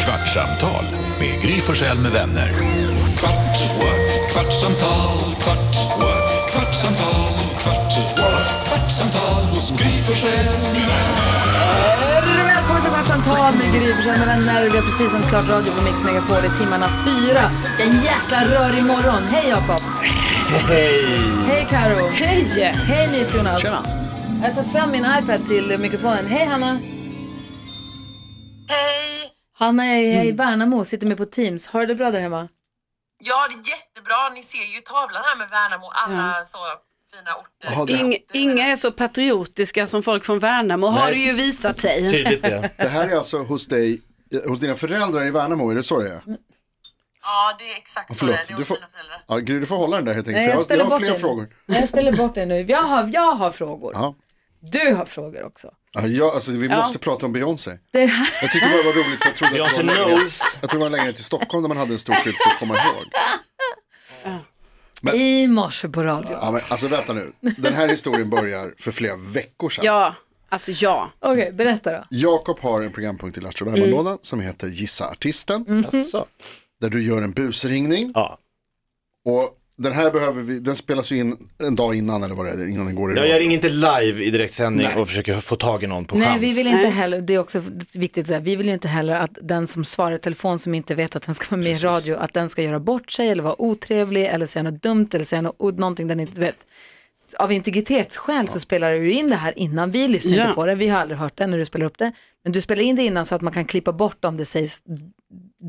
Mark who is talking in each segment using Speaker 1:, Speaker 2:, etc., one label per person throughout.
Speaker 1: Kvartsamtal med Gry Forssell med vänner. Kvart, what? kvartsamtal, kvart, what? kvartsamtal, kvart, what? kvartsamtal hos Gry Forssell med vänner.
Speaker 2: Välkommen till Kvartsamtal med Gry Forssell med vänner. Vi har precis sänt klart radio på Mix Megapol i timmarna fyra. Det är en jäkla rörig morgon. Hej Jakob! Hej! Hej Karo. Hej! Hej NyhetsJonas! Tjena! Jag tar fram min iPad till mikrofonen. Hej Hanna! Hej! Hanna är i Värnamo, sitter med på Teams. Har du det bra där hemma?
Speaker 3: Ja, det är jättebra. Ni ser ju tavlan här med Värnamo, alla så fina orter.
Speaker 4: Ja, det-
Speaker 5: Ing, inga är så patriotiska som folk från Värnamo har det ju visat sig.
Speaker 6: Tydligt det.
Speaker 7: Det här är alltså hos dig, eh, hos dina föräldrar i Värnamo, är det så det är? Ah,
Speaker 3: Ja, det är exakt så
Speaker 7: Förlåt,
Speaker 3: det är. Det är
Speaker 7: du
Speaker 3: hos
Speaker 7: får-
Speaker 3: mina föräldrar.
Speaker 7: Ja, Gry, du får hålla den där helt
Speaker 2: Nej,
Speaker 7: enkelt.
Speaker 2: jag
Speaker 7: för jag,
Speaker 2: ställer
Speaker 7: jag har
Speaker 2: bort
Speaker 7: fler
Speaker 2: det.
Speaker 7: frågor.
Speaker 2: Jag ställer bort det nu. Jag har, jag har frågor.
Speaker 7: Ja.
Speaker 2: Du har frågor också.
Speaker 7: Ja, jag, alltså, vi måste prata om Beyoncé.
Speaker 2: Det här...
Speaker 7: Jag tycker bara det var roligt för jag trodde att
Speaker 6: Beyoncé
Speaker 7: det var längre.
Speaker 6: Knowles.
Speaker 7: Jag tror det var längre till Stockholm där man hade en stor skylt för att komma ihåg.
Speaker 2: I morse på radio.
Speaker 7: Ja, men, alltså vänta nu, den här historien börjar för flera veckor sedan.
Speaker 5: Ja, alltså ja.
Speaker 2: Okej, berätta då.
Speaker 7: Jakob har en programpunkt i Lattjo Lajban-lådan som heter Gissa artisten.
Speaker 6: Alltså.
Speaker 7: Där du gör en busringning.
Speaker 6: Ja.
Speaker 7: Och den här behöver vi, den spelas ju in en dag innan eller vad det är, innan den går i
Speaker 6: Ja,
Speaker 7: radio.
Speaker 6: jag ringer inte live i direktsändning och försöker få tag i någon på
Speaker 2: Nej,
Speaker 6: chans.
Speaker 2: vi vill inte heller, det är också viktigt att säga, vi vill ju inte heller att den som svarar i telefon som inte vet att den ska vara med i radio, att den ska göra bort sig eller vara otrevlig eller säga något dumt eller säga något, någonting den inte vet. Av integritetsskäl så spelar du in det här innan, vi lyssnar
Speaker 5: Ja.
Speaker 2: inte på det, vi har aldrig hört det när du spelar upp det, men du spelar in det innan så att man kan klippa bort om det sägs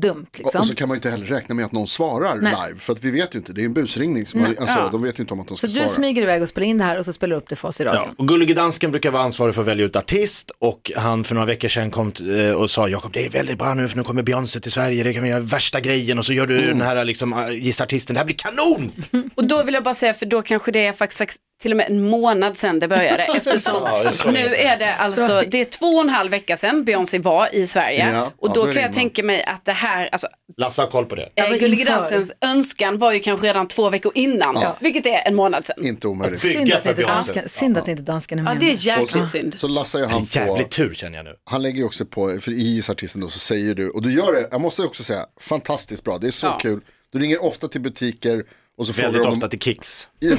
Speaker 2: dumt.
Speaker 7: Och-
Speaker 2: Liksom.
Speaker 7: Och så kan man ju inte heller räkna med att någon svarar
Speaker 2: Nej.
Speaker 7: live. För att vi vet ju inte, det är ju en busringning. Som har, alltså,
Speaker 5: Ja.
Speaker 7: De vet ju inte om att de
Speaker 2: Så
Speaker 7: ska
Speaker 2: du
Speaker 7: svara.
Speaker 2: smyger iväg och spelar in det här och så spelar du upp det för oss i
Speaker 6: Ja,
Speaker 2: radion.
Speaker 6: och Gullige Dansken brukar vara ansvarig för att välja ut artist och han för några veckor sedan kom t- eh, och sa Jakob det är väldigt bra nu för nu kommer Beyoncé till Sverige, det kan vi göra värsta grejen och så gör du den här liksom, eh, gissa artisten, det här blir kanon!
Speaker 5: Och då vill jag bara säga, för då kanske det är faktiskt faktiskt till och med en månad sedan det började. Eftersom
Speaker 6: Ja, det är så
Speaker 5: nu
Speaker 6: länge sedan.
Speaker 5: är det alltså, det är två och en halv vecka sedan Beyoncé var i Sverige.
Speaker 7: Ja, ja,
Speaker 5: och
Speaker 7: då
Speaker 5: då
Speaker 7: är det
Speaker 5: kan jag
Speaker 7: innan.
Speaker 5: tänka mig att det här, alltså
Speaker 6: Lasse har koll på det.
Speaker 2: men
Speaker 5: eh, Gullige
Speaker 2: inför.
Speaker 5: Dansens önskan var ju kanske redan två veckor innan, vilket är en månad sedan.
Speaker 7: Inte omöjligt.
Speaker 6: Att
Speaker 2: Synd,
Speaker 6: Bygga
Speaker 2: att inte
Speaker 6: för Beyoncé.
Speaker 2: dansken, synd att inte dansken är med.
Speaker 5: Ja, det är
Speaker 7: Och
Speaker 5: jäkligt
Speaker 7: så,
Speaker 5: synd.
Speaker 7: så lassar ju han på,
Speaker 6: Jävligt tur känner jag nu.
Speaker 7: han lägger ju också på, för i gissartisten då så säger du, och du gör det, jag måste också säga, fantastiskt bra, det är så
Speaker 5: Ja.
Speaker 7: kul. Du ringer ofta till butiker och så frågar
Speaker 6: Väldigt
Speaker 7: de,
Speaker 6: ofta till Kicks.
Speaker 7: Ja.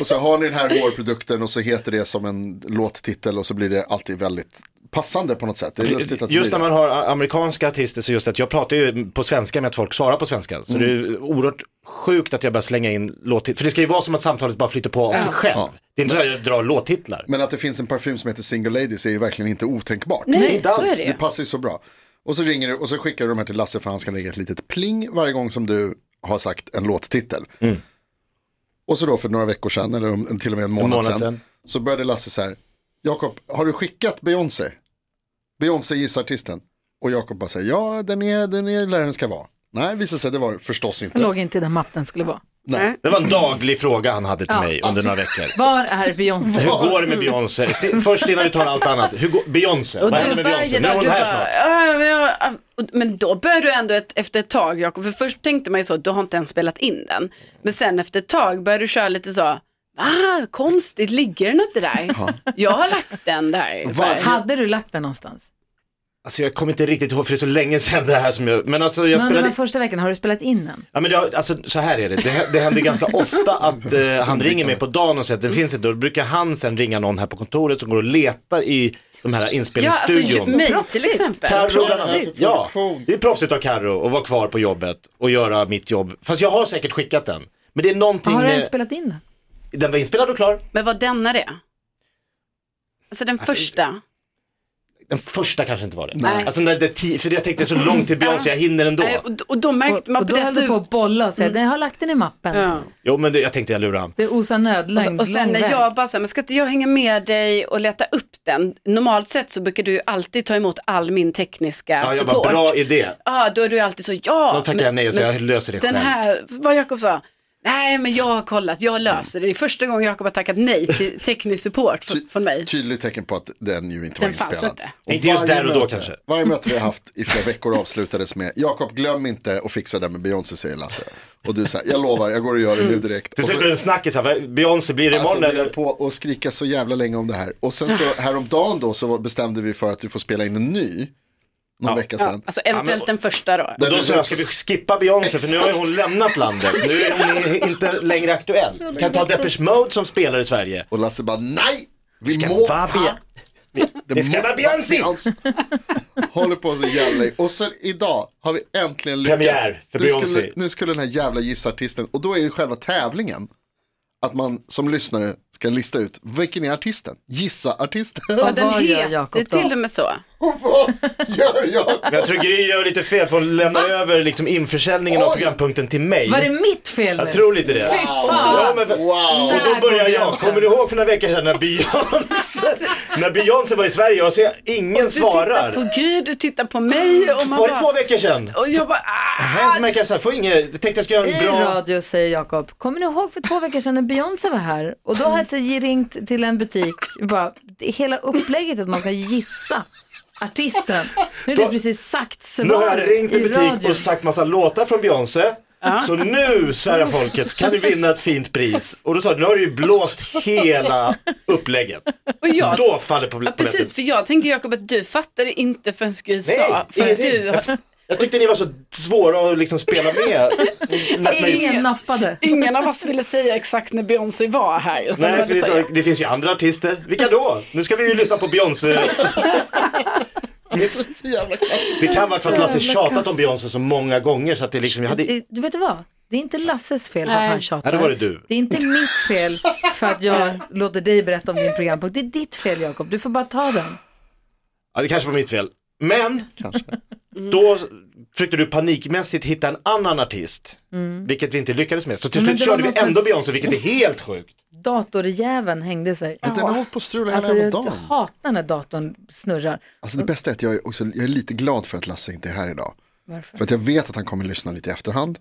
Speaker 7: och så har ni den här hårprodukten och så heter det som en låttitel och så blir det alltid väldigt passande på något sätt. Det är lustigt att det
Speaker 6: Just
Speaker 7: blir
Speaker 6: när man
Speaker 7: det.
Speaker 6: har amerikanska artister så just att jag pratar ju på svenska med att folk svarar på svenska. Så det är ju oerhört sjukt att jag börjar slänga in låttitlar. För det ska ju vara som att samtalet bara flyter på av sig själv.
Speaker 7: Ja.
Speaker 6: Det är inte så att jag drar låttitlar.
Speaker 7: Men att det finns en parfym som heter Single Ladies är ju verkligen inte otänkbart.
Speaker 5: Nej, så är det ju.
Speaker 7: Det passar ju så bra. Och så ringer du och så skickar du de här till Lasse för han ska lägga ett litet pling varje gång som du har sagt en låttitel.
Speaker 6: Mm.
Speaker 7: Och så då för några veckor sedan, eller om- till och med en månad,
Speaker 6: månad
Speaker 7: sedan,
Speaker 6: sedan.
Speaker 7: så började Lasse så här, Jakob, har du skickat Beyoncé? Beyoncé gissar artisten. Och Jakob bara säger, ja den är, den är där den ska vara. Nej, visade sig det var det förstås inte.
Speaker 2: Den låg inte i den mappen skulle vara.
Speaker 7: Nej.
Speaker 6: Det var en daglig fråga han hade till mig under några veckor.
Speaker 2: Var är Beyoncé?
Speaker 6: Hur går det med Beyoncé? Se, först innan du tar allt annat, hur går, Beyoncé, vad händer med Beyoncé? Nu är hon
Speaker 5: du
Speaker 6: här
Speaker 5: bara,
Speaker 6: snart.
Speaker 5: "Ja, men jag- ja." Och- Men då började du ändå ett, efter ett tag, Jakob, för först tänkte man ju så, du har inte ens spelat in den. Men sen efter ett tag började du köra lite så, va, konstigt, ligger den inte där? jag har lagt den där. Så här.
Speaker 2: Hade du lagt den någonstans?
Speaker 6: Alltså jag kommer inte riktigt ihåg för det är så länge sedan det här som jag, men alltså jag
Speaker 2: Men under de
Speaker 6: spelade
Speaker 2: här första veckan, har du spelat in den?
Speaker 6: Ja, men det, har- alltså, så här är det, det, det händer ganska ofta att eh, han ringer mig på dagen och säger att den finns inte. Och då brukar han sen ringa någon här på kontoret som går och letar i de här
Speaker 5: Ja, alltså ju-
Speaker 6: inspelningsstudion.
Speaker 5: mig till
Speaker 2: Proffsigt.
Speaker 5: exempel.
Speaker 6: Carro, bland annat.
Speaker 7: Proffsigt.
Speaker 6: ja,
Speaker 7: Produktion.
Speaker 6: det är proffsigt av Carro att vara kvar på jobbet och göra mitt jobb. Fast jag har säkert skickat den. Men det är någonting
Speaker 2: Har du ens
Speaker 6: med,
Speaker 2: spelat in den?
Speaker 6: den var inspelad och klar.
Speaker 5: Men var denna det? Alltså den första.
Speaker 6: Den första kanske inte var det.
Speaker 5: Nej.
Speaker 6: Alltså när det, ti- för jag tänkte så långt till Beyoncé, jag hinner ändå.
Speaker 5: Nej, och, och då märkte
Speaker 2: Och,
Speaker 5: man Mm.
Speaker 2: och
Speaker 5: på
Speaker 2: då
Speaker 5: det
Speaker 2: höll
Speaker 5: att
Speaker 2: du
Speaker 5: du...
Speaker 2: på att bolla och säga, jag har lagt den i mappen.
Speaker 5: Ja.
Speaker 6: Jo men det, jag tänkte jag lurar han.
Speaker 2: Det osar nödlögn.
Speaker 5: Alltså, Och sen
Speaker 2: lång
Speaker 5: när
Speaker 2: väg.
Speaker 5: jag bara så här, men ska inte jag hänga med dig och leta upp den? Normalt sett så brukar du ju alltid ta emot all min tekniska
Speaker 6: Ja, jag
Speaker 5: support.
Speaker 6: bara, bra idé.
Speaker 5: Ja, då är du ju alltid så, ja.
Speaker 6: Då tackar jag nej och säger, jag löser det
Speaker 5: Den
Speaker 6: själv. Mm.
Speaker 5: här, vad Jakob sa, nej men jag har kollat, jag löser det. Det är första gången Jakob har tackat nej till teknisk support
Speaker 7: Ty-
Speaker 5: från, från mig.
Speaker 7: Tydligt tecken på att den ju inte var
Speaker 5: Den fanns
Speaker 7: inspelad.
Speaker 5: inte.
Speaker 6: Inte just
Speaker 7: varje
Speaker 6: där och då
Speaker 7: möte-
Speaker 6: kanske.
Speaker 7: Varje möte vi har haft i flera veckor avslutades med Jakob glöm inte att fixa det med Beyoncé säger Lasse. Och du säger jag lovar jag går och gör det
Speaker 5: Mm.
Speaker 7: nu direkt.
Speaker 6: Till
Speaker 7: Och
Speaker 6: slut
Speaker 7: så,
Speaker 6: blir det en snackis här, va? Beyoncé blir det imorgon
Speaker 7: alltså, vi
Speaker 6: eller?
Speaker 7: höll på och skrika så jävla länge om det här. Och sen så häromdagen då så bestämde vi för att du får spela in en ny. någon vecka
Speaker 5: Ja,
Speaker 7: sedan.
Speaker 5: alltså eventuellt den första då.
Speaker 7: Där
Speaker 6: Då
Speaker 7: du
Speaker 6: så här, ska vi skippa Beyoncé för nu har ju hon lämnat landet. Nu är hon i- inte längre aktuell. Kan ta Depeche Mode som spelar i Sverige.
Speaker 7: Och Lasse bara nej, vi
Speaker 6: Ska
Speaker 7: må
Speaker 6: vara Be- Det ska
Speaker 7: må-
Speaker 6: vara Beyoncé!
Speaker 7: Beyoncé. Håller på så jävla länge. Och sen idag har vi äntligen lyckats.
Speaker 6: Premiär för
Speaker 7: nu
Speaker 6: Beyoncé.
Speaker 7: skulle, nu skulle den här jävla gissartisten, och då är ju själva tävlingen att man som lyssnare ska lista ut vilken är artisten? Gissa artisten.
Speaker 5: Ja, den
Speaker 2: Vad gör
Speaker 5: heter
Speaker 2: Jakob då?
Speaker 5: till och med så.
Speaker 7: Och vad gör jag?
Speaker 6: Men jag tror Gry gör lite fel för hon lämnar över liksom införsäljningen av
Speaker 7: Oj.
Speaker 6: programpunkten till mig.
Speaker 2: Var det mitt fel nu?
Speaker 6: Jag tror lite det.
Speaker 2: Fy
Speaker 6: Ja,
Speaker 2: fan!
Speaker 6: men för...
Speaker 7: Wow.
Speaker 6: Och
Speaker 2: Där
Speaker 6: då börjar
Speaker 2: går
Speaker 6: jag.
Speaker 2: gränsen.
Speaker 6: Kommer ni ihåg för några veckor sedan när Beyoncé, när Beyoncé var i Sverige? Jag ser ingen
Speaker 5: Du tittar
Speaker 6: svarar.
Speaker 5: på Gud, du tittar på mig och man
Speaker 6: Var det två
Speaker 5: bara...
Speaker 6: veckor sedan?
Speaker 5: Och jag bara...
Speaker 6: Här så
Speaker 5: Ah!
Speaker 6: märker jag så här, får inget, jag tänkte jag ska göra
Speaker 2: I
Speaker 6: en bra...
Speaker 2: radio säger Jakob, kommer ni ihåg för två veckor sedan när Beyoncé var här? Och då hade jag ringt till en butik, bara, det- hela upplägget att man ska gissa artisten. Nu är det
Speaker 6: Då-
Speaker 2: precis sagt
Speaker 6: Nu har jag
Speaker 2: svaret
Speaker 6: ringt en
Speaker 2: i
Speaker 6: butik
Speaker 2: radio.
Speaker 6: och sagt massa låtar från Beyoncé. Så nu, svära folket, kan du vinna ett fint pris. Och då sa du, nu har du ju blåst hela upplägget.
Speaker 5: Och jag...
Speaker 6: Då faller på
Speaker 5: Ja, precis, för jag tänker Jakob att du fattade inte förrän Gud sa. För att
Speaker 6: ingenting.
Speaker 5: du...
Speaker 6: Jag, jag tyckte ni var så svåra att liksom spela med. När- när-
Speaker 2: Ingen nappade.
Speaker 5: Ingen av oss ville säga exakt när Beyoncé var här. utan det var
Speaker 6: Nej, för det, är
Speaker 5: lite så-
Speaker 6: så, det finns ju andra artister. Vilka då? Nu ska vi ju lyssna på Beyoncé. Mitt-
Speaker 7: Så jävla katt.
Speaker 6: Det kan vara för att Lasse
Speaker 5: Jävla
Speaker 6: tjatat
Speaker 5: kass.
Speaker 6: om Beyoncé så många gånger så att det liksom, jag hade...
Speaker 2: Det- Du vet du vad? Det är inte Lasses fel för att
Speaker 5: Nej.
Speaker 2: han tjatar.
Speaker 6: Ja, då var det du.
Speaker 2: Det är inte mitt fel för att jag låter dig berätta om din programpunkt. Det är ditt fel Jakob, du får bara ta den.
Speaker 6: Ja, det kanske var mitt fel. Men, då försökte du panikmässigt hitta en annan artist, vilket vi inte lyckades med. Så till
Speaker 2: Mm. Men
Speaker 6: slut
Speaker 2: det
Speaker 6: körde
Speaker 2: var
Speaker 6: vi
Speaker 2: något med-
Speaker 6: ändå Beyoncé, vilket är helt sjukt.
Speaker 2: Datorjäveln hängde sig.
Speaker 7: Den har hållit på att strula hela
Speaker 2: Alltså
Speaker 7: jävla
Speaker 2: jag
Speaker 7: dagen.
Speaker 2: hatar när datorn snurrar.
Speaker 7: Alltså det bästa är att jag är, också, jag är lite glad för att Lasse inte är här idag. För att jag vet att han kommer lyssna lite i efterhand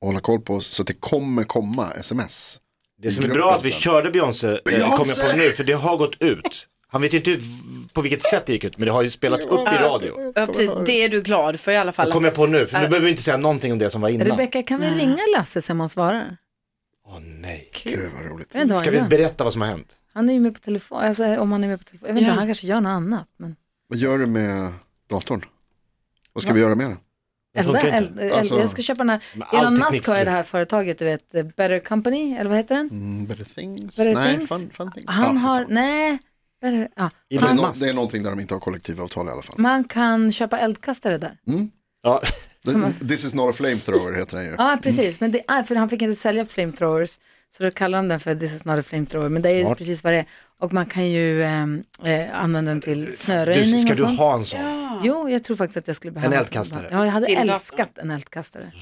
Speaker 7: och hålla koll på oss. Så att det kommer komma sms.
Speaker 6: Det som är
Speaker 7: gruppen
Speaker 6: bra att vi
Speaker 7: sen.
Speaker 6: körde Beyoncé, eh, kom jag
Speaker 7: Beyoncé!
Speaker 6: på nu, för det har gått ut. Han vet ju inte v- på vilket sätt det gick ut, men det har ju spelats upp i radio.
Speaker 5: Ja, precis. Det är du glad för i alla fall.
Speaker 6: Det kom jag på nu, för nu behöver vi inte säga någonting om det som var innan.
Speaker 2: Rebecka, kan vi ringa Lasse så man svarar?
Speaker 6: Åh nej.
Speaker 7: Gud vad roligt.
Speaker 2: Jag vet inte vad
Speaker 6: Ska
Speaker 2: han
Speaker 6: vi
Speaker 2: gör.
Speaker 6: berätta vad som har hänt?
Speaker 2: Han är ju med på telefon, alltså, om han är med på telefon. Jag vet inte,
Speaker 5: Ja.
Speaker 2: han kanske gör något annat. Men...
Speaker 7: Vad gör du med datorn? Vad ska vi göra med den?
Speaker 6: Det
Speaker 2: Elda,
Speaker 6: funkar inte.
Speaker 2: elda, elda.
Speaker 7: Alltså-
Speaker 2: jag ska köpa den här,
Speaker 6: Men all
Speaker 2: Elon
Speaker 6: teknik
Speaker 2: Musk har ju
Speaker 6: styr.
Speaker 2: det här företaget, du vet, eh, Better Company, eller vad heter den?
Speaker 7: Mm, better things?
Speaker 2: Better
Speaker 7: Nej,
Speaker 2: things?
Speaker 7: Fun, fun things.
Speaker 2: Han
Speaker 7: Ja,
Speaker 2: har,
Speaker 7: skitsamma.
Speaker 2: nej, better, ja.
Speaker 7: det, är
Speaker 6: Elon
Speaker 7: no-
Speaker 6: Musk.
Speaker 7: det är någonting där de inte har kollektivavtal i alla fall.
Speaker 2: man kan köpa eldkastare där.
Speaker 6: Ja,
Speaker 7: This is not a flamethrower heter den ju.
Speaker 2: Ja, precis, men det är, för han fick inte sälja flamethrowers, så då kallar de den för This is not a flamethrower, men det är ju
Speaker 6: Smart.
Speaker 2: precis vad det är. Och man kan ju ehm, eh, använda den till snöröjning
Speaker 6: du, ska
Speaker 2: och
Speaker 6: du
Speaker 2: sånt.
Speaker 6: ha en sån?
Speaker 2: Jo, jag tror faktiskt att jag skulle behöva
Speaker 6: En eldkastare.
Speaker 2: Ja, jag hade
Speaker 5: Till datorn.
Speaker 2: älskat en
Speaker 7: Mm.
Speaker 2: eldkastare.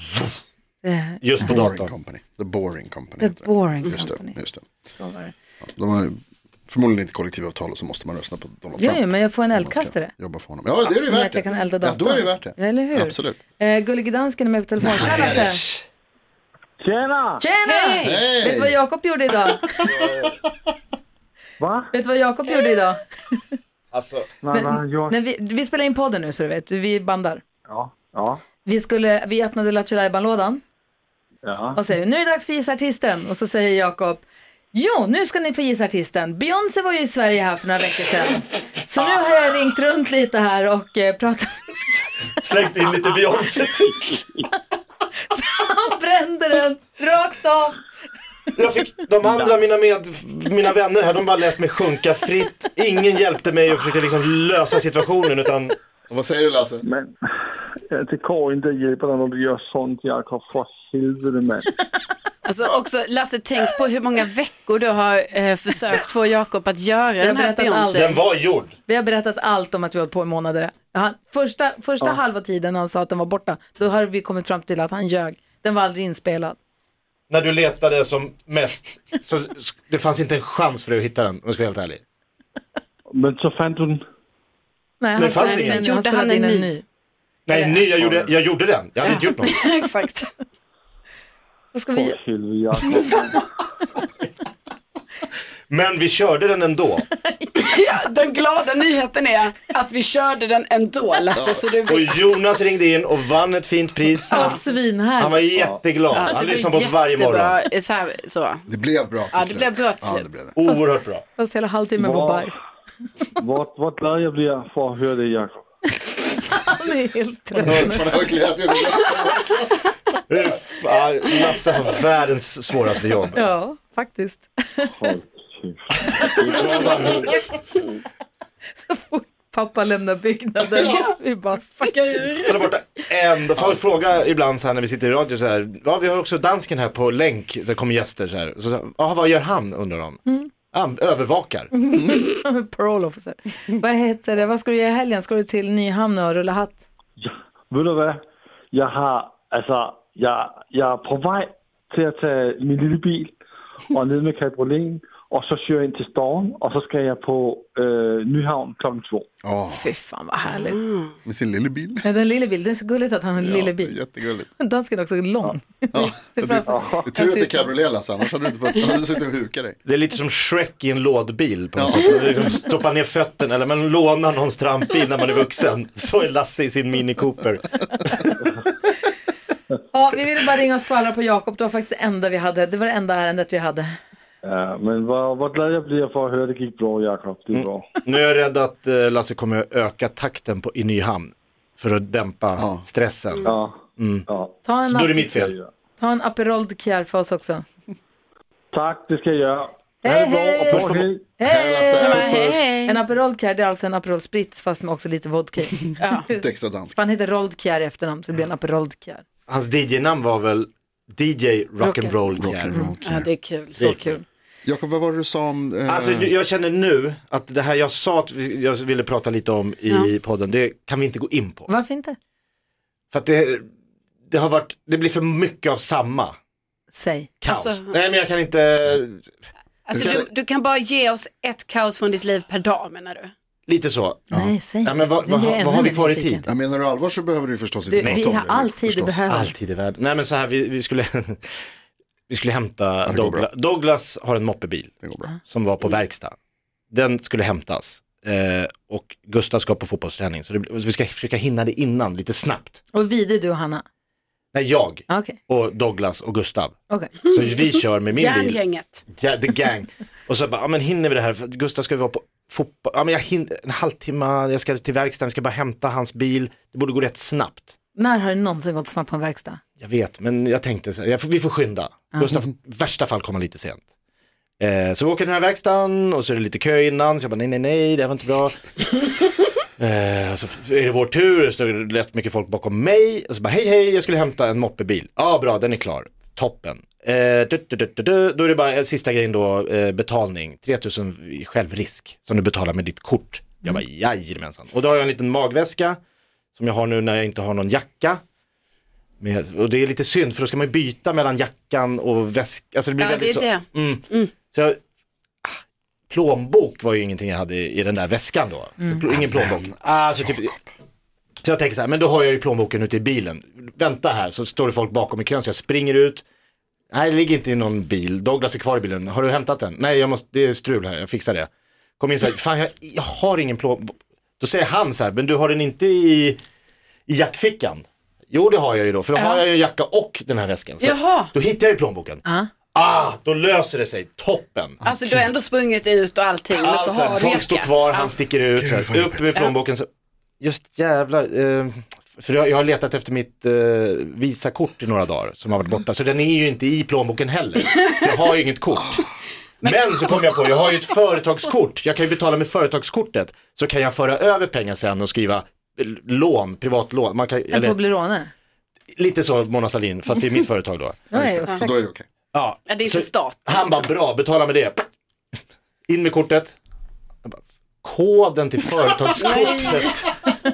Speaker 6: Just på
Speaker 7: Boring
Speaker 6: datorn.
Speaker 7: Company. The Boring Company.
Speaker 2: The
Speaker 7: heter den.
Speaker 2: Boring
Speaker 7: just
Speaker 2: Company.
Speaker 7: Det, Mm. just det.
Speaker 2: Så var det.
Speaker 7: De har ju förmodligen inte kollektivavtal och så måste man rösta på Donald
Speaker 2: Jo,
Speaker 7: Trump.
Speaker 2: jo, men jag får en
Speaker 7: om man ska
Speaker 2: eldkastare.
Speaker 7: Jobba för honom. Ja, det är
Speaker 2: Alltså, Som
Speaker 7: det
Speaker 2: gör
Speaker 7: värt
Speaker 2: att jag kan
Speaker 7: det.
Speaker 2: elda
Speaker 7: Ja,
Speaker 2: datorn.
Speaker 7: då är det värt det.
Speaker 2: Eller hur?
Speaker 7: Absolut.
Speaker 2: Eh, Gullige dansken är med på telefon. Tja Lasse!
Speaker 4: Tjena!
Speaker 2: Tjena!
Speaker 7: Hej!
Speaker 2: Vet du vad Jakob gjorde idag?
Speaker 4: Va?
Speaker 2: Vet du vad Jakob gjorde idag?
Speaker 6: Alltså,
Speaker 4: Va, va, jag...
Speaker 2: När vi, vi spelar in podden nu så du vet, vi bandar.
Speaker 4: Ja, ja,
Speaker 2: Vi, skulle, vi öppnade Lattjo Lajban-lådan
Speaker 4: ja.
Speaker 2: och säger nu är det dags för Gissa Artisten. Och så säger Jakob, jo nu ska ni få gissa artisten. Beyoncé var ju i Sverige här för några veckor sedan. Så nu har jag ringt runt lite här och eh, pratat
Speaker 6: slängt in lite Beyoncé.
Speaker 2: Han brände den rakt av.
Speaker 6: Jag fick, de andra, mina, med, mina vänner här, de bara lät mig sjunka fritt. Ingen hjälpte mig och försökte liksom lösa situationen utan
Speaker 7: Och vad säger du Lasse?
Speaker 4: Men ja, Eh, det går inte att hjälpa dig när du gör sånt, Jakob. För helvete, man.
Speaker 5: Alltså också, Lasse, tänk på hur många veckor du har eh, försökt få Jakob att göra den här
Speaker 2: berättat allt.
Speaker 5: Beyoncé.
Speaker 6: den var gjord.
Speaker 2: Vi har berättat allt om att vi har hållit på i månader. Han, första första halva tiden när han sa att den var borta, då har vi kommit fram till att han ljög. Den var aldrig inspelad.
Speaker 6: När du letade som mest så s- det fanns inte en chans för dig att hitta den om jag ska vara helt ärlig.
Speaker 4: Men så fann du den.
Speaker 2: Nej, han
Speaker 6: Det fanns
Speaker 2: spelade
Speaker 6: ingen.
Speaker 2: in-
Speaker 5: Gjorde
Speaker 2: spelade
Speaker 5: han en
Speaker 2: in
Speaker 5: ny?
Speaker 6: Nej, ny, jag gjorde, jag gjorde den. Jag hade inte gjort något.
Speaker 5: Exakt.
Speaker 2: Vad ska vi
Speaker 4: För
Speaker 2: göra?
Speaker 4: helvete, Jakob.
Speaker 6: Men vi körde den ändå.
Speaker 5: Ja, den glada nyheten är att vi körde den ändå, Lasse, så du
Speaker 6: Och
Speaker 5: vet.
Speaker 6: Jonas ringde in och vann ett fint pris.
Speaker 2: Han var
Speaker 6: Han var
Speaker 2: svinhärlig.
Speaker 6: jätteglad.
Speaker 5: Alltså,
Speaker 6: Han
Speaker 5: det
Speaker 6: lyssnar på
Speaker 5: var
Speaker 6: oss varje morgon.
Speaker 5: jättebra, eh, Så här, så.
Speaker 7: Det blev bra till
Speaker 5: Ja, det
Speaker 7: slut.
Speaker 5: blev bra till
Speaker 7: Ja, det
Speaker 5: slut.
Speaker 7: blev det.
Speaker 6: Oerhört bra.
Speaker 2: Fast hela halvtimmen på
Speaker 4: Wow.
Speaker 2: bajs.
Speaker 4: Hvor, hvor glad jeg bliver for at høre det, Jakob.
Speaker 2: Han är helt trött.
Speaker 7: Man hör glädjen.
Speaker 6: Uff, ah, Lasse har världens svåraste jobb.
Speaker 2: Ja, faktiskt. Så fort pappa lämnar byggnaden, vi bara fuckar ur.
Speaker 6: Han är borta Ehm, ända. Folk frågar ibland så här när vi sitter i radio så här, ja vi har också dansken här på länk, så kommer gäster så här, så, så, ja vad gör han undrar de. Han övervakar.
Speaker 2: Parole officer. Vad heter det, vad ska du göra i helgen? Ska du till Nyhamn och rulla hatt?
Speaker 4: Ved du hvad? Jeg har, alltså, altså, jeg, jeg er på vej til at tage min lille bil og ned med cabrioleten, og så køre ind til Storm, og så skal jeg på øh, Nyhavn kl. 2.
Speaker 7: Ja,
Speaker 2: Fy fan vad härligt.
Speaker 7: med sin lilla bil.
Speaker 2: Ja, den lille bil, det är så gulligt att han har en lille
Speaker 7: Mm. Ja,
Speaker 2: bil.
Speaker 7: jättegulligt.
Speaker 2: Dansken är också lång.
Speaker 7: Ja, det,
Speaker 2: Ser framför-
Speaker 7: det är tur att det är
Speaker 2: Jag ser-
Speaker 7: cabriolet Lasse, annars hade du inte fått, hade du suttit och hukat dig.
Speaker 6: Det är lite som Shrek i en lådbil på något sätt. Det är liksom Stoppa ner fötten eller man lånar någons trampbil när man är vuxen. Så är Lasse i sin Mini Cooper.
Speaker 2: Ja, vi ville bara ringa och skvallra på Jakob. Det var faktiskt det enda vi hade. Det var det enda ärendet vi hade.
Speaker 4: Ja, men hvor, hvor glad jeg bliver for at høre, det gik bra, Jakob. Det går.
Speaker 6: Nu är jag rädd att eh, Lasse kommer att öka takten på, i Nyhamn för att dämpa
Speaker 7: Ja.
Speaker 6: stressen.
Speaker 4: Ja. ja.
Speaker 2: Ta en,
Speaker 6: Så då är det
Speaker 2: ap-
Speaker 6: mitt fel.
Speaker 2: ta en Aperol de Kjær för oss också.
Speaker 4: Tak, det skal jeg gøre.
Speaker 2: Hej,
Speaker 4: Hey.
Speaker 2: hej!
Speaker 4: Og hej.
Speaker 2: Hej!
Speaker 7: Lasse,
Speaker 2: En Aperol de Kjær, det är alltså en Aperol Spritz fast med också lite vodka i.
Speaker 7: Lite extra dansk.
Speaker 2: Han heter Rold Kjær i efternamn så det blir en Aperol de Kjær.
Speaker 6: Hans DJ-namn var väl DJ Rock'n'Roll Rock
Speaker 5: Ja, det är kul.
Speaker 2: Så kul.
Speaker 7: Jakob, vad var det du sa om... Eh,
Speaker 6: Alltså jag jag känner nu att det här jag sa att vi- jag ville prata lite om i podden, det kan vi inte gå in på.
Speaker 2: Varför inte?
Speaker 6: För att det, det har varit, det blir för mycket av samma
Speaker 2: Säg.
Speaker 6: kaos.
Speaker 5: Alltså-
Speaker 6: Nej men jag kan inte,
Speaker 5: Alltså,
Speaker 7: Du kan-
Speaker 5: du, du kan bara ge oss ett kaos från ditt liv per dag menar du?
Speaker 6: lite så.
Speaker 2: Nej, säg.
Speaker 6: Ja, men vad,
Speaker 2: Nu
Speaker 6: vad,
Speaker 2: blir jag
Speaker 6: vad,
Speaker 2: ännu
Speaker 6: har vi
Speaker 2: mer
Speaker 6: kvar i
Speaker 2: nyfiken.
Speaker 6: tid?
Speaker 7: ja, menar du allvar så behöver du förstås
Speaker 2: Du,
Speaker 7: inte prata
Speaker 2: vi
Speaker 7: om det.
Speaker 2: har all tid du
Speaker 7: förstås.
Speaker 2: behöver.
Speaker 6: Alltid i världen. Nej men så här, vi, vi skulle, vi skulle hämta
Speaker 7: det går
Speaker 6: Douglas. Douglas har en moppebil
Speaker 7: Det går bra.
Speaker 6: som var på
Speaker 2: Mm.
Speaker 6: verkstad. Den skulle hämtas eh, och Gustav ska på fotbollsträning så, det, blir- så vi ska försöka hinna det innan lite snabbt.
Speaker 2: Och Vide, du och Hanna.
Speaker 6: Nej jag
Speaker 2: Ah, Okej.
Speaker 6: och Douglas och Gustav.
Speaker 2: Okej.
Speaker 6: Så vi kör med min bil,
Speaker 5: Järngänget.
Speaker 6: ja, the gang. Och så bara, ja men hinner vi det här? För Gustav ska vi vara på fotboll, ja men jag hinner, en halvtimme, jag ska till verkstaden, jag ska bara hämta hans bil. Det borde gå rätt snabbt.
Speaker 2: När har det någonsin gått snabbt på en verkstad?
Speaker 6: Jag vet, men jag tänkte så här, jag får, vi får skynda. Gustav får i värsta fall komma lite sent. Eh, så vi åker till den här verkstaden och så är det lite kö innan, så jag bara nej, nej, nej, det här var inte bra. eh, så är det vår tur, så är det rätt mycket folk bakom mig. Och så bara hej, hej, jag skulle hämta en moppebil. Ja, ah, bra, den är klar. Toppen. Eh, du, du, du, du, du. Då är det bara eh, sista grejen då, eh, betalning. 3000 i självrisk som du betalar med ditt kort. Jag
Speaker 5: Mm.
Speaker 6: bara jajamensan. Och då har jag en liten magväska som jag har nu när jag inte har någon jacka. Med, och det är lite synd för då ska man ju byta mellan jackan och väskan. Alltså det blir
Speaker 5: Ja, det
Speaker 6: väldigt
Speaker 5: är
Speaker 6: så.
Speaker 5: det.
Speaker 6: Mm. Så jag, ah, plånbok var ju ingenting jag hade i i den där väskan då. Så pl- Ingen plånbok. Ah, så, typ, så jag tänker så här, men då har jag ju plånboken ute i bilen. Vänta här, så står det folk bakom i kön så jag springer ut. Nej, det ligger inte i någon bil. Douglas är kvar i bilen. Har du hämtat den? Nej, jag måste, det är strul här, jag fixar det. Kom in så här, fan jag, jag har ingen plånbok. Då säger han så här, men du har den inte i, i jackfickan? Jo, det har jag ju då, för då har jag ju en jacka och den här väskan. Så
Speaker 5: Jaha.
Speaker 6: Då hittar jag ju plånboken. Ah, då löser det sig. Toppen.
Speaker 5: Alltså du har ändå sprungit ut och allting. men
Speaker 6: Allt
Speaker 5: så
Speaker 6: så här,
Speaker 5: har du
Speaker 6: folk
Speaker 5: jacka.
Speaker 6: står kvar, han sticker ut, så
Speaker 7: vad
Speaker 6: här, upp med plånboken. Så, just jävlar, eh, för jag, jag har letat efter mitt eh, Visakort i några dagar som har varit borta, så den är ju inte i plånboken heller. Så jag har ju inget kort. Men så kom jag på, jag har ju ett företagskort, jag kan ju betala med företagskortet, så kan jag föra över pengar sen och skriva eh, lån, privatlån, Man kan,
Speaker 2: En
Speaker 6: eller,
Speaker 2: Toblerone?
Speaker 6: lite så Mona Sahlin, fast det är mitt företag då.
Speaker 2: Ja, ja,
Speaker 7: Så
Speaker 2: exakt.
Speaker 7: då är det okej.
Speaker 6: Ja,
Speaker 5: Ja, det är
Speaker 6: så
Speaker 5: inte staten.
Speaker 6: Han bara, bra, betala med det. In med kortet. Jag bara, Koden till företagskortet.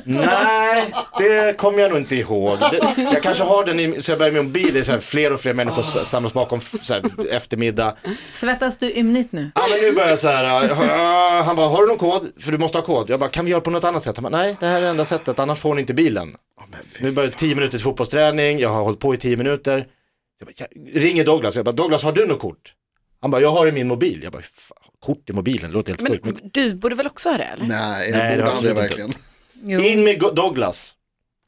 Speaker 6: Nej, det kommer jag nog inte ihåg. Det, jag kanske har den i, så jag börjar med en bil, det är så här, fler och fler människor samlas bakom f- så här, eftermiddag.
Speaker 2: Svettas du ymnigt nu?
Speaker 6: Ja men nu börjar jag så här, "Ah", han bara, har du någon kod? För du måste ha kod. Jag bara, kan vi göra på något annat sätt? Han bara, nej det här är det enda sättet, annars får ni inte bilen. nu börjar det 10 minuters fotbollsträning, jag har hållit på i 10 minuter. Jag, bara, jag ringer Douglas, jag bara, Douglas har du något kort? Han bara, jag har i min mobil. Jag bara, "Fan, kort i mobilen, det låter helt sjukt.
Speaker 5: Men du borde väl också ha det eller?
Speaker 7: Nej,
Speaker 6: Nej, det
Speaker 7: det
Speaker 6: var
Speaker 7: borde han det
Speaker 6: absolut
Speaker 7: verkligen.
Speaker 2: Jo.
Speaker 6: In med Go- Douglas.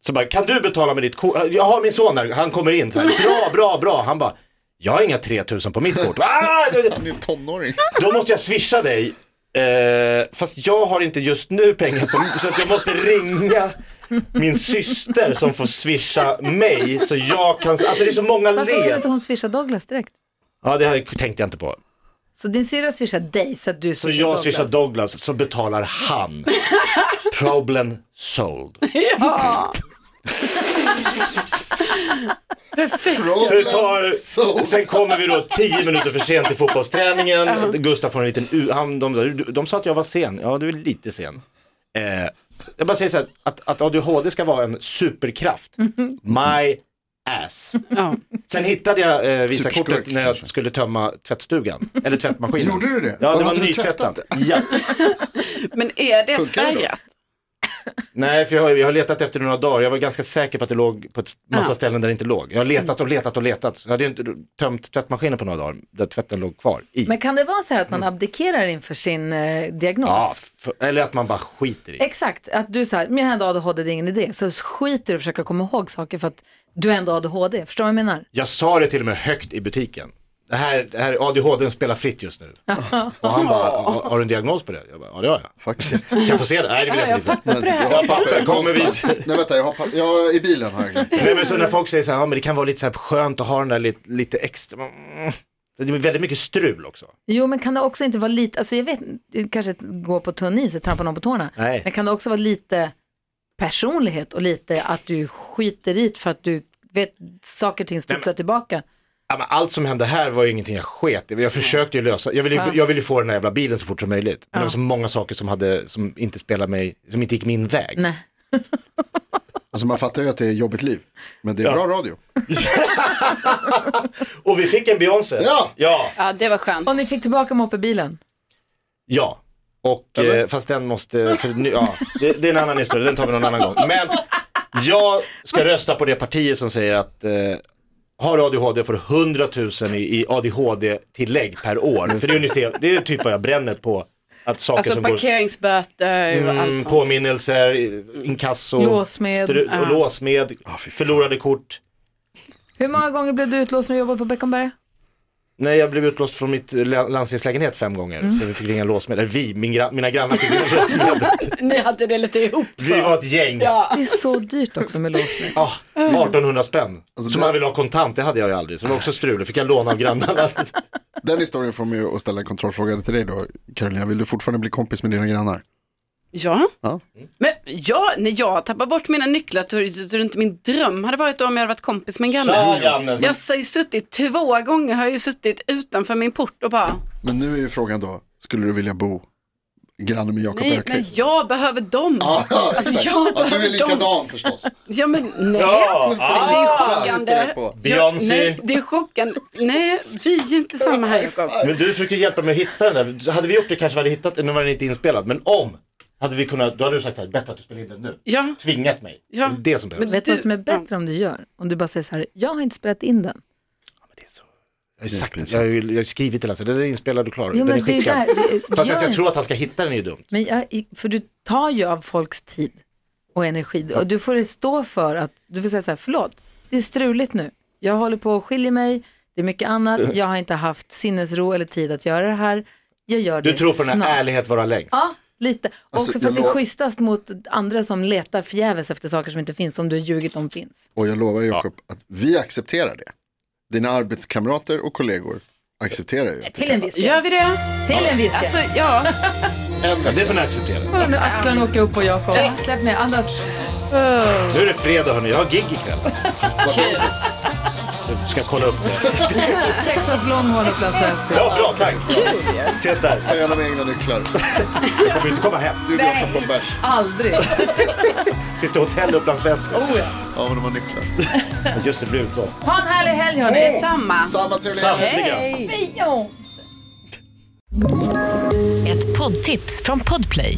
Speaker 6: Så bara, kan du betala med ditt kort? Jag har min son här, han kommer in så här, bra, bra, bra. Han bara, jag har inga 3000 på mitt kort. Ah!
Speaker 7: Han är en tonåring.
Speaker 6: Då måste jag swisha dig. Eh, fast jag har inte just nu pengar på så att jag måste ringa min syster som får swisha mig så jag kan, alltså det är så många
Speaker 2: Varför vill inte
Speaker 6: led.
Speaker 2: hon swisha Douglas direkt?
Speaker 6: Ja det här tänkte jag inte på.
Speaker 2: Så din syrra swishar dig så att du
Speaker 6: Så
Speaker 2: swishar
Speaker 6: jag
Speaker 2: Douglas?
Speaker 6: swishar Douglas så betalar han. Problem sold.
Speaker 5: Ja. Perfekt.
Speaker 6: Så det tar,
Speaker 7: Så.
Speaker 6: sen kommer vi då tio minuter för sent till fotbollsträningen. Gustav får en liten u- han, de, de, de sa att jag var sen. Ja, du är lite sen. Eh, jag bara säger så här, att, att ADHD ska vara en superkraft. My ass.
Speaker 5: Ja.
Speaker 6: Sen hittade jag eh, visa
Speaker 7: Superskurk,
Speaker 6: kortet när jag
Speaker 7: kanske.
Speaker 6: skulle tömma tvättstugan. Eller tvättmaskinen.
Speaker 7: Gjorde du det?
Speaker 6: Ja, det
Speaker 7: Hade
Speaker 6: var
Speaker 7: du
Speaker 6: nytvättat.
Speaker 7: tvättat
Speaker 6: Ja.
Speaker 5: Men är det
Speaker 7: Funkar det då?
Speaker 5: spärrat?
Speaker 6: Nej, för jag, har- jag har letat efter det några dagar. Jag var ganska säker på att det låg på ett massa ställen där det inte låg. Jag har letat och letat och letat. Jag hade ju inte tömt tvättmaskinen på några dagar där tvätten låg kvar i.
Speaker 2: Men kan det vara så här att man abdikerar inför sin eh, diagnos?
Speaker 6: Ja, f- eller att man bara skiter i.
Speaker 2: Exakt, att du säger, men jag har ändå ADHD, det är ingen idé. Så skiter du i att försöka komma ihåg saker för att du har ändå ADHD. Förstår du vad jag menar?
Speaker 6: Jag sa det till och med högt i butiken. Det här, det här ADHD spelar fritt just nu. Och han bara, "Har- har du en diagnos på det? Jag bara, ja det har jag.
Speaker 7: Faktiskt.
Speaker 6: Kan jag få se det? Nej det vill jag inte visa.
Speaker 7: Men jag har papper
Speaker 6: Kommer vi-
Speaker 7: någonstans. Nej vänta, jag har papper. Jag, I bilen har jag glömt.
Speaker 6: Nej men så när folk säger så här, ja men det kan vara lite så här skönt att ha den där lite, lite extra. Mm. Det är väldigt mycket strul också.
Speaker 2: Jo, men kan det också inte vara lite, alltså jag vet, det kanske gå på tunn is och trampa någon på tårna.
Speaker 6: Nej.
Speaker 2: Men kan det också vara lite personlighet och lite att du skiter i det för att du vet saker och ting studsar tillbaka.
Speaker 6: Ja, men allt som hände här var ju ingenting jag sket i. Jag försökte ju lösa, jag ville, ju- jag ville ju få den här jävla bilen så fort som möjligt. Men det var så många saker som, hade, som inte spelade mig, som inte gick min väg.
Speaker 2: Nej.
Speaker 7: Alltså man fattar ju att det är jobbigt liv. Men det är bra radio.
Speaker 6: Och vi fick en Beyoncé.
Speaker 7: Ja.
Speaker 6: Ja.
Speaker 5: Ja, det var skönt.
Speaker 2: Och ni fick tillbaka moppebilen.
Speaker 6: Ja, och, eh, fast den måste, för, nu- ja, det, det är en annan historia, den tar vi någon annan gång. Men jag ska rösta på det partiet som säger att eh, har du ADHD får du 100 000 i, i ADHD-tillägg per år. För det, är ungefär, det är typ vad jag bränner på. Att saker
Speaker 5: Alltså
Speaker 6: som går,
Speaker 5: parkeringsböter och allt
Speaker 6: mm,
Speaker 2: Alltså-
Speaker 5: sånt.
Speaker 6: påminnelser, inkasso,
Speaker 2: Låsmed.
Speaker 6: stru- och låsmed förlorade kort.
Speaker 2: Hur många gånger blev du utlåst när du jobbade på Beckomberga?
Speaker 6: Nej, jag blev utlåst från mitt la- landstingslägenhet fem gånger.
Speaker 2: Mm.
Speaker 6: Så vi fick ringa låsmed. Eller vi, min gra- mina grannar fick ringa låsmed.
Speaker 5: Ni hade det lite ihop så.
Speaker 6: Vi var ett gäng.
Speaker 2: Det är så dyrt också med låsning.
Speaker 6: Ja, 1800 spänn. som
Speaker 7: det-
Speaker 6: man vill ha kontant, det hade jag ju aldrig. Så det var också strul, det fick jag låna av grannarna.
Speaker 7: Den historien får mig att ställa en kontrollfråga till dig då. Carolina, vill du fortfarande bli kompis med dina grannar?
Speaker 5: Ja.
Speaker 7: Ja.
Speaker 5: Men ja, när jag tappar bort mina nycklar tror tror du inte min dröm hade varit om jag hade varit kompis med en
Speaker 6: Tja,
Speaker 5: granne.
Speaker 6: Janne.
Speaker 5: Jag har ju suttit två gånger har jag ju suttit utanför min port och bara
Speaker 7: Men nu är ju frågan då, skulle du vilja bo granne med Jakob
Speaker 5: nej men
Speaker 7: Öqvist?
Speaker 5: jag behöver dem.
Speaker 7: Ja, ja,
Speaker 5: alltså,
Speaker 7: exakt.
Speaker 5: jag
Speaker 7: Att du är
Speaker 5: behöver dem.
Speaker 7: likadan förstås.
Speaker 5: Ja men nej.
Speaker 6: Ja,
Speaker 5: Det är
Speaker 6: ah,
Speaker 7: tänkte
Speaker 5: chockande.
Speaker 7: jag på.
Speaker 5: Ja,
Speaker 6: Beyoncé.
Speaker 5: nej, det är chockande. Nej, vi är inte samma här Jakob.
Speaker 6: men du försöker hjälpa mig att hitta den där. Hade vi gjort det kanske vi hade hittat den, nu var den inte inspelad. Men om, hade vi kunnat, då hade du sagt att bättre att du spelar in den nu.
Speaker 5: Ja,
Speaker 6: Tvingat mig.
Speaker 5: Ja.
Speaker 6: Det är det som behövs.
Speaker 2: Vet du vad som är bättre om du gör? Om du bara säger så här, jag har inte spelat in den.
Speaker 6: Jag har ju sagt det, jag har ju- jag har skrivit det alltså. Den är inspelad och klar,
Speaker 2: Jo,
Speaker 6: den är
Speaker 2: men det är ju
Speaker 6: skickad.
Speaker 2: där, det-
Speaker 6: Fast att
Speaker 2: gör
Speaker 6: jag
Speaker 2: inte-
Speaker 6: tror att han ska hitta den är ju dumt.
Speaker 2: Men jag, för du tar ju av folks tid och energi. Och du får stå för att, du får säga så här, förlåt, det är struligt nu. Jag håller på och skiljer mig, det är mycket annat, jag har inte haft sinnesro eller tid att göra det här. Jag gör det
Speaker 6: Du tror på den här
Speaker 2: snart.
Speaker 6: ärlighet vara längst.
Speaker 2: Ja, lite. Och
Speaker 7: Alltså,
Speaker 2: också för att det
Speaker 7: jag
Speaker 2: är
Speaker 7: lov-
Speaker 2: schysstast mot andra som letar förgäves efter saker som inte finns, som du har ljugit om finns.
Speaker 7: Och jag lovar Jakob att vi accepterar det. Dina arbetskamrater och kollegor accepterar ju.
Speaker 2: Till en viss
Speaker 5: gör vi det?
Speaker 2: Till en viss
Speaker 5: Alltså ja,
Speaker 6: Ja, det får ni acceptera.
Speaker 2: Nu axlarna åker upp på Jakob. Släpp ner, andas.
Speaker 6: Nu är det fredag hörni, jag har gig ikväll. Jag ska kolla upp det.
Speaker 2: Texas Longhorn och Plans Väsby.
Speaker 6: Ja, bra, tack. Ses där.
Speaker 7: Ta gärna med egna nycklar.
Speaker 6: Jag kommer inte komma hem.
Speaker 7: Du och Jakob på en bärs.
Speaker 2: Aldrig.
Speaker 6: Finns det hotell i Upplands Väsby?
Speaker 2: Oh, ja.
Speaker 7: Ja, men de har nycklar.
Speaker 6: Just det, blir utlåst.
Speaker 2: Ha en härlig helg hörni.
Speaker 5: samma.
Speaker 7: Samma trevliga helg.
Speaker 6: Samtliga.
Speaker 8: Ett poddtips från Podplay.